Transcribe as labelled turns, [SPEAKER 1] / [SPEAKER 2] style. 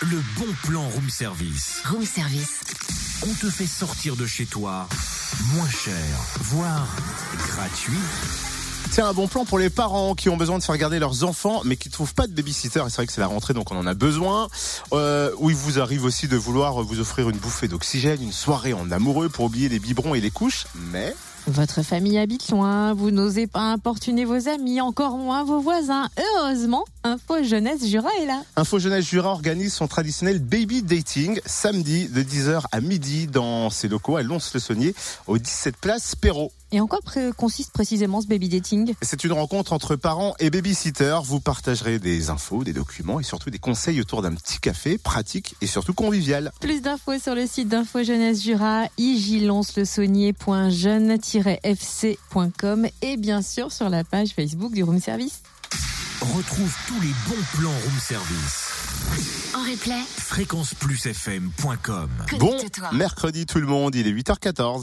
[SPEAKER 1] Le bon plan room service.
[SPEAKER 2] Room service.
[SPEAKER 1] On te fait sortir de chez toi moins cher, voire gratuit.
[SPEAKER 3] C'est un bon plan pour les parents qui ont besoin de faire garder leurs enfants, mais qui ne trouvent pas de babysitter. Et c'est vrai que c'est la rentrée, donc on en a besoin. Euh, ou il vous arrive aussi de vouloir vous offrir une bouffée d'oxygène, une soirée en amoureux pour oublier les biberons et les couches. Mais
[SPEAKER 4] Votre famille habite loin, vous n'osez pas importuner vos amis, encore moins vos voisins. Heureusement, Info Jeunesse Jura est là.
[SPEAKER 3] Info Jeunesse Jura organise son traditionnel baby dating samedi de 10h à midi dans ses locaux à Lons-le-Saunier, au 17 place Perrault.
[SPEAKER 4] Et en quoi pré- consiste précisément ce baby dating
[SPEAKER 3] C'est une rencontre entre parents et babysitters. Vous partagerez des infos, des documents et surtout des conseils autour d'un petit café pratique et surtout convivial.
[SPEAKER 4] Plus d'infos sur le site d'Info Jeunesse Jura, igilonce-le-saunier.jeune-fc.com et bien sûr sur la page Facebook du Room Service.
[SPEAKER 1] Retrouve tous les bons plans room service.
[SPEAKER 2] En replay,
[SPEAKER 1] Fréquenceplusfm.com
[SPEAKER 3] Bon
[SPEAKER 2] connecte-toi.
[SPEAKER 3] mercredi tout le monde, il est 8h14.